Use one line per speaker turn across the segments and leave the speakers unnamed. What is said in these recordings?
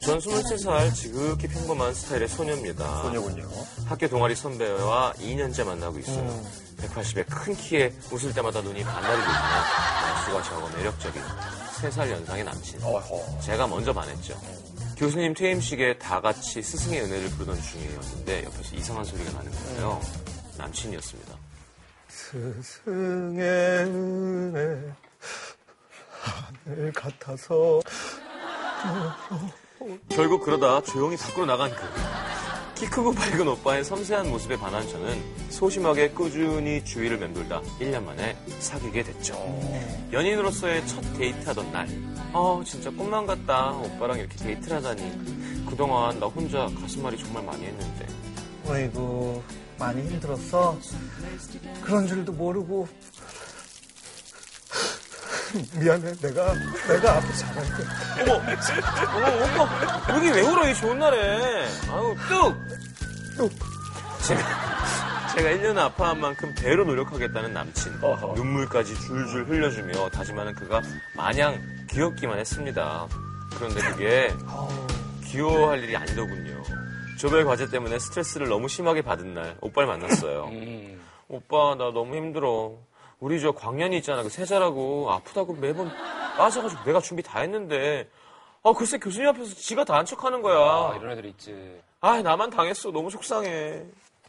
전 23살 지극히 평범한 스타일의 소녀입니다.
소녀군요.
학교 동아리 선배와 2년째 만나고 있어요. 180에 큰 키에 웃을 때마다 눈이 반달이고 있는 날수가 적어 매력적인 3살 연상의 남친.
어허.
제가 먼저 반했죠. 교수님 퇴임식에 다 같이 스승의 은혜를 부르던 중이었는데 옆에서 이상한 소리가 나는 거예요. 남친이었습니다.
스승의 은혜 하늘 같아서
결국 그러다 조용히 밖으로 나간 그. 키 크고 밝은 오빠의 섬세한 모습에 반한 저는 소심하게 꾸준히 주위를 맴돌다 1년 만에 사귀게 됐죠. 연인으로서의 첫 데이트하던 날. 어, 진짜 꿈만 같다. 오빠랑 이렇게 데이트를 하다니. 그동안 나 혼자 가슴앓이 정말 많이 했는데.
어이구 많이 힘들었어. 그런 줄도 모르고
미안해 내가 내가 앞에 잘할게.
어머! 어머, 오빠! 여기 왜 울어, 이 좋은 날에! 아우, 뚝! 제가, 제가 1년 아파한 만큼 배로 노력하겠다는 남친.
어허.
눈물까지 줄줄 흘려주며 다짐하는 그가 마냥 귀엽기만 했습니다. 그런데 그게 귀여워할 일이 아니더군요. 조별 과제 때문에 스트레스를 너무 심하게 받은 날, 오빠를 만났어요. 오빠, 나 너무 힘들어. 우리 저 광년이 있잖아. 그 세자라고 아프다고 매번 빠져가지고 내가 준비 다 했는데. 아, 글쎄 교수님 앞에서 지가 다 한 척하는
아,
거야.
이런 애들 있지.
아, 나만 당했어. 너무 속상해.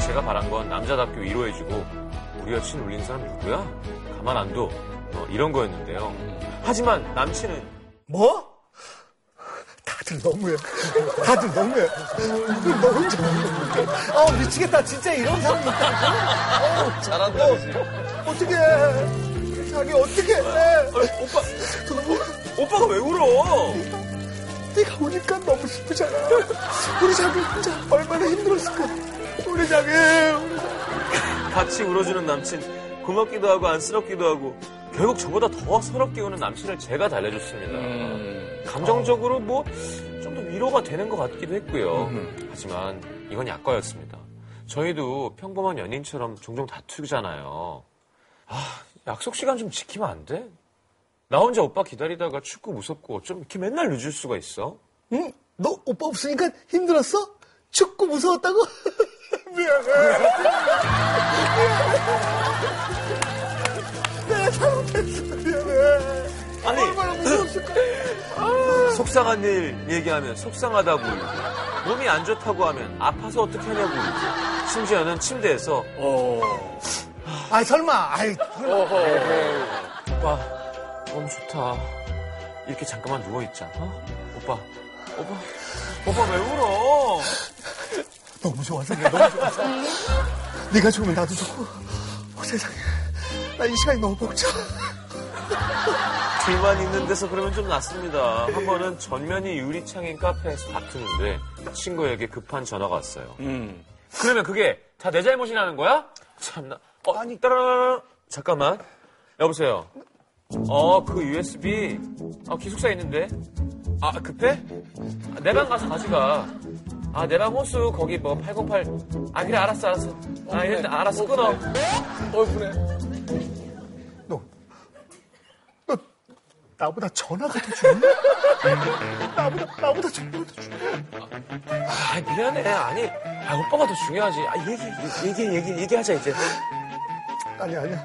제가 바란 건 남자답게 위로해주고 우리 여친 울린 사람 누구야? 가만 안 둬. 어, 이런 거였는데요. 하지만 남친은
뭐? 다들 너무해. 다들 너무해. 너 혼자 너무해.
아 미치겠다 진짜 이런 사람 있다.
잘한다, 그지?
어떻게 자기 어떻게 해?
어, 오빠,
너무
오빠가 왜 울어?
내가 오니까 너무 슬프잖아. 우리 자기 혼자 얼마나 힘들었을까. 우리 자기 우리 자기.
같이 울어주는 남친 고맙기도 하고 안쓰럽기도 하고 결국 저보다 더 서럽게 우는 남친을 제가 달래줬습니다.
음.
감정적으로 뭐 좀 더 위로가 되는 것 같기도 했고요. 하지만 이건 약과였습니다. 저희도 평범한 연인처럼 종종 다투잖아요. 아, 약속 시간 좀 지키면 안 돼? 나 혼자 오빠 기다리다가 축구 무섭고 어쩜 이렇게 맨날 늦을 수가 있어?
응? 너 오빠 없으니까 힘들었어? 축구 무서웠다고? 미안해.
내가 잘못했어. 미안해.
아니, 그
얼마나 무서웠을까.
속상한 일 얘기하면 속상하다고 울고 몸이 안 좋다고 하면 아파서 어떻게 하냐고 울고 심지어는 침대에서
아 설마. 아이
오빠 너무 좋다 이렇게 잠깐만 누워있자 어? 오빠 오빠 오빠 왜 울어
너무 좋아서 내가 너무 좋아서 네가 죽으면 나도 죽고 어, 세상에 나 이 시간이 너무 벅차
둘만 있는 데서 그러면 좀 낫습니다 한 번은 전면이 유리창인 카페에서 다투는데 친구에게 급한 전화가 왔어요
음.
그러면 그게 다 내 잘못이라는 거야? 참나. 어, 아니, 따라 잠깐만. 여보세요. 어, 그 USB. 아, 기숙사에 있는데. 아, 급해? 아, 내 방 가서 가져가. 아, 내 방 호수, 거기 뭐, 808. 아, 그래, 알았어, 알았어. 아, 이랬 알았어, 끊어.
어, 그래.
너, 너 나보다 전화가 더 중요해? 나보다 나보다 전화가 더 중요해?
아, 미안해. 아니, 아, 오빠가 더 중요하지. 아, 얘기, 얘기, 얘기, 얘기하자, 이제.
아니 아니야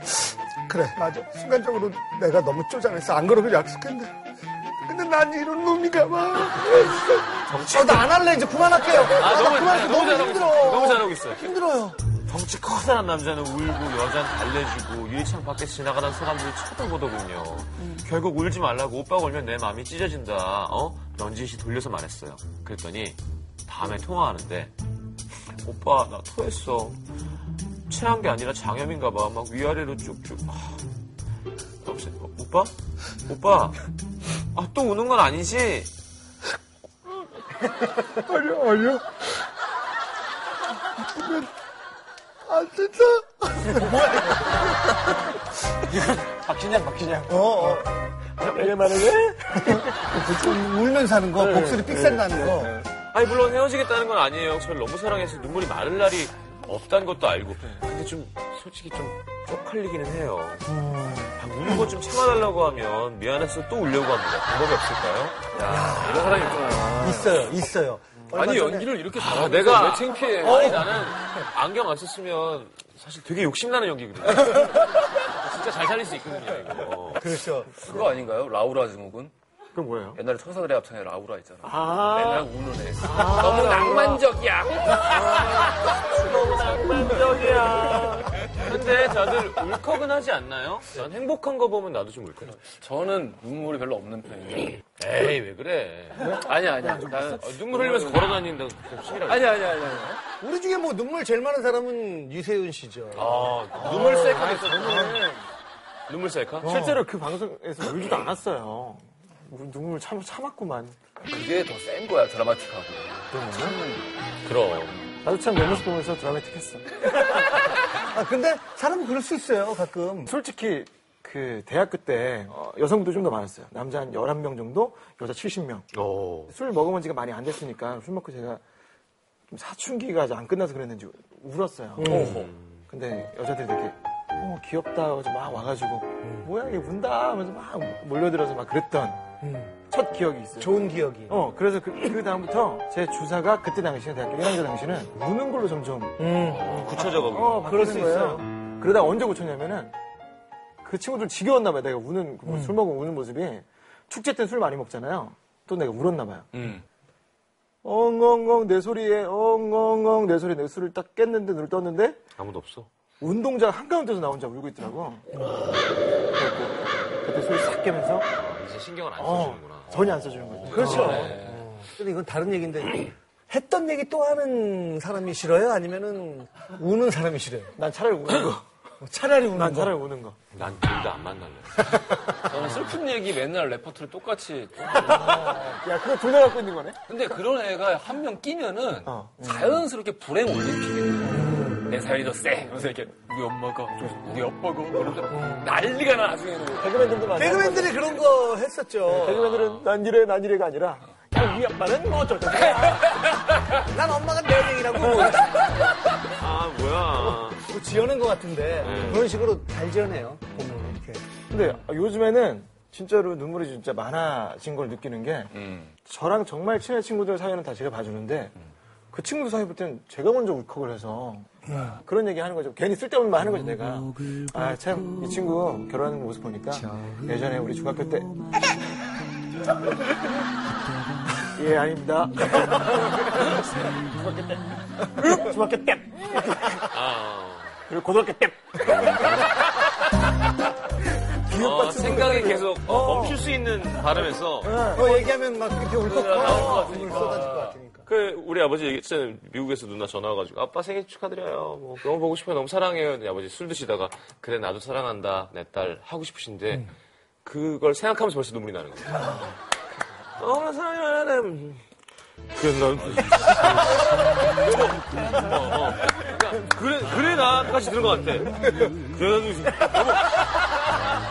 그래 맞아 순간적으로 내가 너무 쪼잔했어 안 그러기로 약속했는데 근데 난 이런 놈인가 봐
정치.
저 어, 나 안 할래 이제 그만할게요.
아,
나
너무,
그만할게
너무
너무
잘하고
힘들어.
있어. 너무 잘하고 있어요.
힘들어요.
덩치 커다란 남자는 울고 여자는 달래주고 유리창 밖에 지나가던 사람들이 쳐다보더군요. 결국 울지 말라고 오빠 가 울면 내 마음이 찢어진다. 어? 넌지시 돌려서 말했어요. 그랬더니 다음에 통화하는데 오빠 나 토했어. 체한 게 아니라 장염인가 봐. 막 위아래로 쭉쭉. 아, 여보세요. 어, 오빠? 오빠? 아, 또 우는 건 아니지?
아니야 아니야 아프면 아, 안 된다
박진양, 박진양.
어, 어.
내 말을 왜?
좀 울면 사는 거,
네,
목소리 삑살 나는 거.
아니 물론 헤어지겠다는 건 아니에요. 저를 너무 사랑해서 눈물이 마를 날이 없다는 것도 알고. 근데 좀 솔직히 좀 쪽팔리기는 해요. 아, 우는 거 좀 참아달라고 하면 미안해서 또 울려고 합니다. 방법이 없을까요? 야, 이런 사람이 있구나.
네.
이 있어요, 있어요. 얼마
아니
전에
연기를 이렇게
아,
잘하고
내가
왜 창피해?
아니 나는 안경 안 썼으면 사실 되게 욕심나는 연기거든요. 어. 진짜 잘 살릴 수 있거든요 이거.
그렇죠.
그거 아닌가요? 라우라 증후군?
그럼 뭐예요?
옛날에 청사그래 합창에 라우라 있잖아. 아. 맨날 우는 애. 너무 낭만적이야.
낭만적이야. 근데 다들 울컥은하지 않나요? 난 행복한 거 보면 나도 좀 울컥.
저는 눈물이 별로 없는 편이에요.
에이 왜 그래?
아니야, 아니야. 나는
어, 눈물 흘리면서 걸어다닌다. 고 심이라.
아니야, 아니야, 아니야.
우리 중에 뭐 눈물 제일 많은 사람은 유세윤 씨죠.
아 어. 눈물 셀카 됐어. 눈물 셀카?
실제로 그 방송에서 울지도 않았어요. 눈물 참, 참았구만.
그게 더 센 거야, 드라마틱하고. 참는.
그럼.
나도 참 내 모습 보면서 드라마틱했어.
아, 근데 사람은 그럴 수 있어요, 가끔.
솔직히 그 대학교 때 어, 여성도 좀 더 많았어요. 남자 한 11명 정도, 여자 70명.
오.
술 먹어본 지가 많이 안 됐으니까 술 먹고 제가 좀 사춘기가 아직 안 끝나서 그랬는지 울었어요.
음.
근데 여자들이 되게 어, 귀엽다 하고 막 와가지고 뭐야 얘 운다 하면서 막 몰려들어서 막 그랬던 첫 기억이 있어요.
좋은 기억이.
어, 그래서 그, 그 다음부터 제 주사가 그때 당시에 대학교 1학년 당시는 우는 걸로 점점
음. 구체적으로.
어, 바뀌는
그럴 수
거예요.
있어요.
그러다 언제 고쳤냐면은 그 친구들 지겨웠나 봐요. 내가 우는 그술 먹으면 우는 모습이 축제 때는 술 많이 먹잖아요. 또 내가 울었나 봐요.
음.
엉엉엉 내 소리에 엉엉엉 내 소리에 내 술을 딱 깼는데 눈을 떴는데
아무도 없어.
운동장 한가운데서 나 혼자 울고 있더라고. 그래갖고 그때 소리 싹 깨면서
아, 이제 신경을 안
어,
써주는구나.
전혀 안 써주는 거죠.
그렇죠.
네.
근데 이건 다른 얘기인데 했던 얘기 또 하는 사람이 싫어요? 아니면은 우는 사람이 싫어요?
난 차라리 우는 거.
차라리 우는
난
거.
차라리 우는 거.
난 둘 다 안 만날래.
저는 슬픈 얘기 맨날 레포트를 똑같이.
야, 그거 둘 다 갖고 있는 거네?
근데 그런 애가 한 명 끼면은
어.
자연스럽게 불행 올림픽이 음. 내 사연이 더 세. 그래서 이렇게 우리 엄마가, 우리 아빠가. 그러면서 난리가 나, 나중에는.
개그맨들도 많아. 어.
개그맨들이 그런 거 했었죠.
개그맨들은 난 이래, 난 이래가 아니라 야, 우리 아빠는 뭐 어쩌고
난 엄마가 내 얘기라고 뭐
아 뭐야.
지어낸 것 같은데
네.
그런 식으로 잘 지어내요. 보면 이렇게.
근데 요즘에는 진짜로 눈물이 진짜 많아진 걸 느끼는 게
음.
저랑 정말 친한 친구들 사이는 다 제가 봐주는데 그 친구 사이 볼 때는 제가 먼저 울컥을 해서 그런 얘기 하는 거죠. 괜히 쓸데없는 말 하는 거죠, 내가. 아, 참, 이 친구 결혼하는 모습 보니까 예전에 우리 중학교 때. 예, 아닙니다. 중학교 때. 그리고 고등학교 때.
어, 생각이 계속 어, 멈출 수 있는 발음에서 어,
그거 얘기하면 막 그렇게 울컥하고 눈물 쏟아질 것 같으니까.
그 우리 아버지 얘기했잖아요. 미국에서 누나 전화 와가지고 아빠 생일 축하드려요. 뭐 너무 보고 싶어요. 너무 사랑해요. 근데 아버지 술 드시다가 그래 나도 사랑한다. 내 딸 하고 싶으신데 그걸 생각하면서 벌써 눈물이 나는 거예요. 너무 사랑해. 그래 난 어, 어. 그러니까 그래 그래 나까지 들은 것 같아. 그래 나도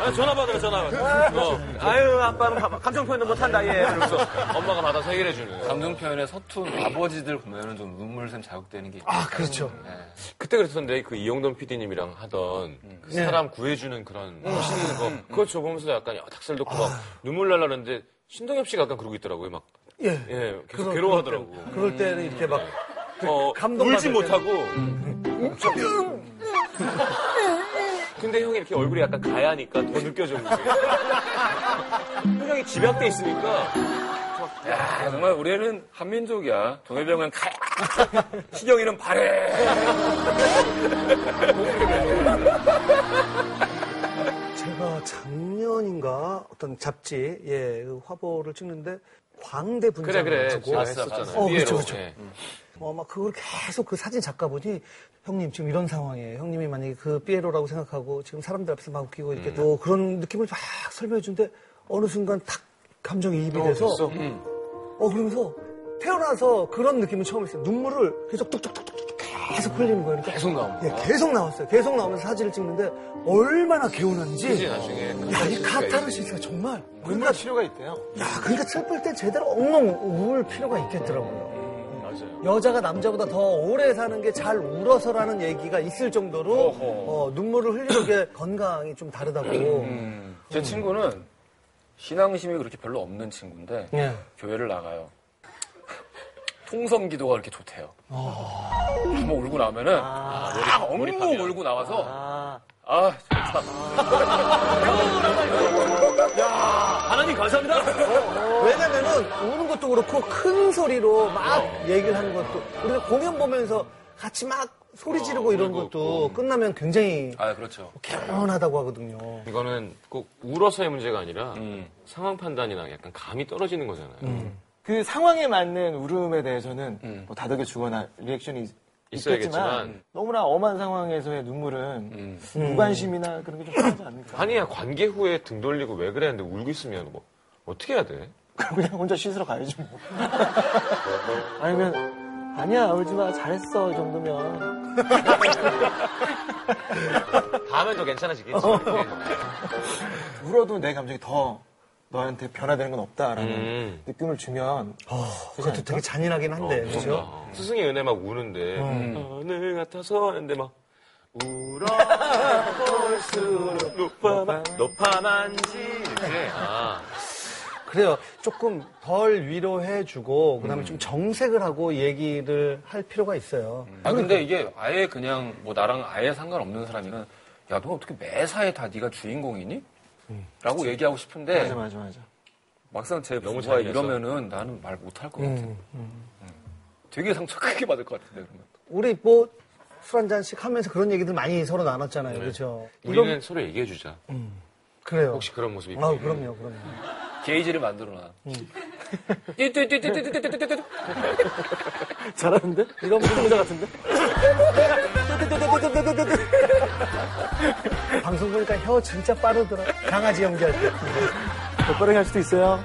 아, 전화 받으라, 전화 받으라. 어. 아유, 아빠는 감- 감정 표현도 못한다, 얘. 이러면서 엄마가 받아서 해결해주는 거야.
감정 표현에 서툰 아버지들 보면은 좀 눈물샘 자극되는 게 있어요.
아 그렇죠.
그때 그랬었는데 그 이용돈 PD님이랑 하던
음.
그
네.
사람 구해주는 그런 하시는 거 그거 저 보면서 약간 닭살 돋고 막
아.
눈물 날라는데 신동엽 씨가 약간 그러고 있더라고요 막
예.
예, 계속 괴로워하더라고
그럴 때는 이렇게 막그
어,
감동받을
울지
때는- 음.
못하고 근데 형이 이렇게 얼굴이 약간 가야니까 더 느껴져 표정이 집약돼 있으니까
야, 정말 우리 애는 한민족이야. 동해병은 가야. 시경이는 발해.
제가 작년인가 어떤 잡지 예 화보를 찍는데 광대
그래
분장을
그래
하고
봤어 봤잖아요
어, 그렇죠,
뒤에로.
그렇죠.
예.
어, 막 그걸 계속 그 사진 작가분이 형님 지금 이런 상황이에요. 형님이 만약에 그 피에로라고 생각하고 지금 사람들 앞에서 막 웃기고
음.
이렇게 또 그런 느낌을 막 설명해 주는데 어느 순간 탁 감정이 입이 돼서
음.
어 그러면서 태어나서 그런 느낌은 처음 했어요. 눈물을 계속 뚝뚝뚝뚝뚝 계속 흘리는 거예요. 그러니까
계속 나오는
예, 계속 나왔어요. 계속 나오면서 사진을 찍는데 얼마나 개운한지.
그치, 나중에
야, 이 카타르시스가 정말 뭔가
치료가 있대요.
야, 그러니까 슬플 때 제대로 엉엉 울 필요가 있겠더라고요.
맞아요
여자가 남자보다 더 오래 사는 게 잘 울어서라는 얘기가 있을 정도로
어허.
어, 눈물을 흘리는 게 건강이 좀 다르다고.
음.
제 친구는 신앙심이 그렇게 별로 없는 친구인데
예.
교회를 나가요. 홍섬 기도가 그렇게 좋대요. 아. 한번 울고 나면은 막 엉엉 아. 울고 나와서 아 좋다. 하나님 감사합니다.
왜냐면은 우는 것도 그렇고 큰 소리로 막
어.
얘기를 하는 것도 우리가 공연 보면서 같이 막
어,
소리 지르고 이런 것도 끝나면 굉장히
아 그렇죠.
개운하다고 하거든요.
이거는 꼭 울어서의 문제가 아니라 상황 판단이나 약간 감이 떨어지는 거잖아요.
그 상황에 맞는 울음에 대해서는 뭐 다독여 주거나 리액션이
있어야겠지만, 음.
있겠지만 너무나 엄한 상황에서의 눈물은 무관심이나 그런 게 좀 필요하지 않을까
아니야 관계 후에 등 돌리고 왜 그랬는데 울고 있으면 뭐 어떻게 해야 돼?
그럼 그냥 혼자 씻으러 가야지 뭐 아니면 아니야 울지 마 잘했어 이 정도면
다음엔 더 괜찮아지겠지.
울어도 내 감정이 더 너한테 변화되는 건 없다라는
음.
느낌을 주면
그것도 되게 잔인하긴 한데 그렇죠.
어, 스승의 은혜 막 우는데 오늘 같아서 했는데 막 울어 볼수록 높아만 높아만지 이렇게 아,
그래요. 조금 덜 위로해주고 그다음에 좀 정색을 하고 얘기를 할 필요가 있어요.
아 근데 이게 아예 그냥 뭐 나랑 아예 상관없는 사람이면 야 너 어떻게 매사에 다 네가 주인공이니? 라고 얘기하고 싶은데
맞아 맞아 맞아
막상 제
너무
부부가
자기해서.
이러면은 나는 말 못 할 것 같아. 음. 되게 상처 크게 받을 것 같은데 그러면.
우리 뭐 술 한 잔씩 하면서 그런 얘기들 많이 서로 나눴잖아요. 그렇죠.
네. 우리는 서로 얘기해주자.
그래요.
혹시 그런 모습이
아 그럼요, 그럼요.
게이지를 만들어놔. 띠띠띠띠띠띠띠띠띠띠띠.
잘하는데 이런 분자 같은데
방송 보니까 혀 진짜 빠르더라. 강아지 연기할 때.
더 빠르게 할 수도 있어요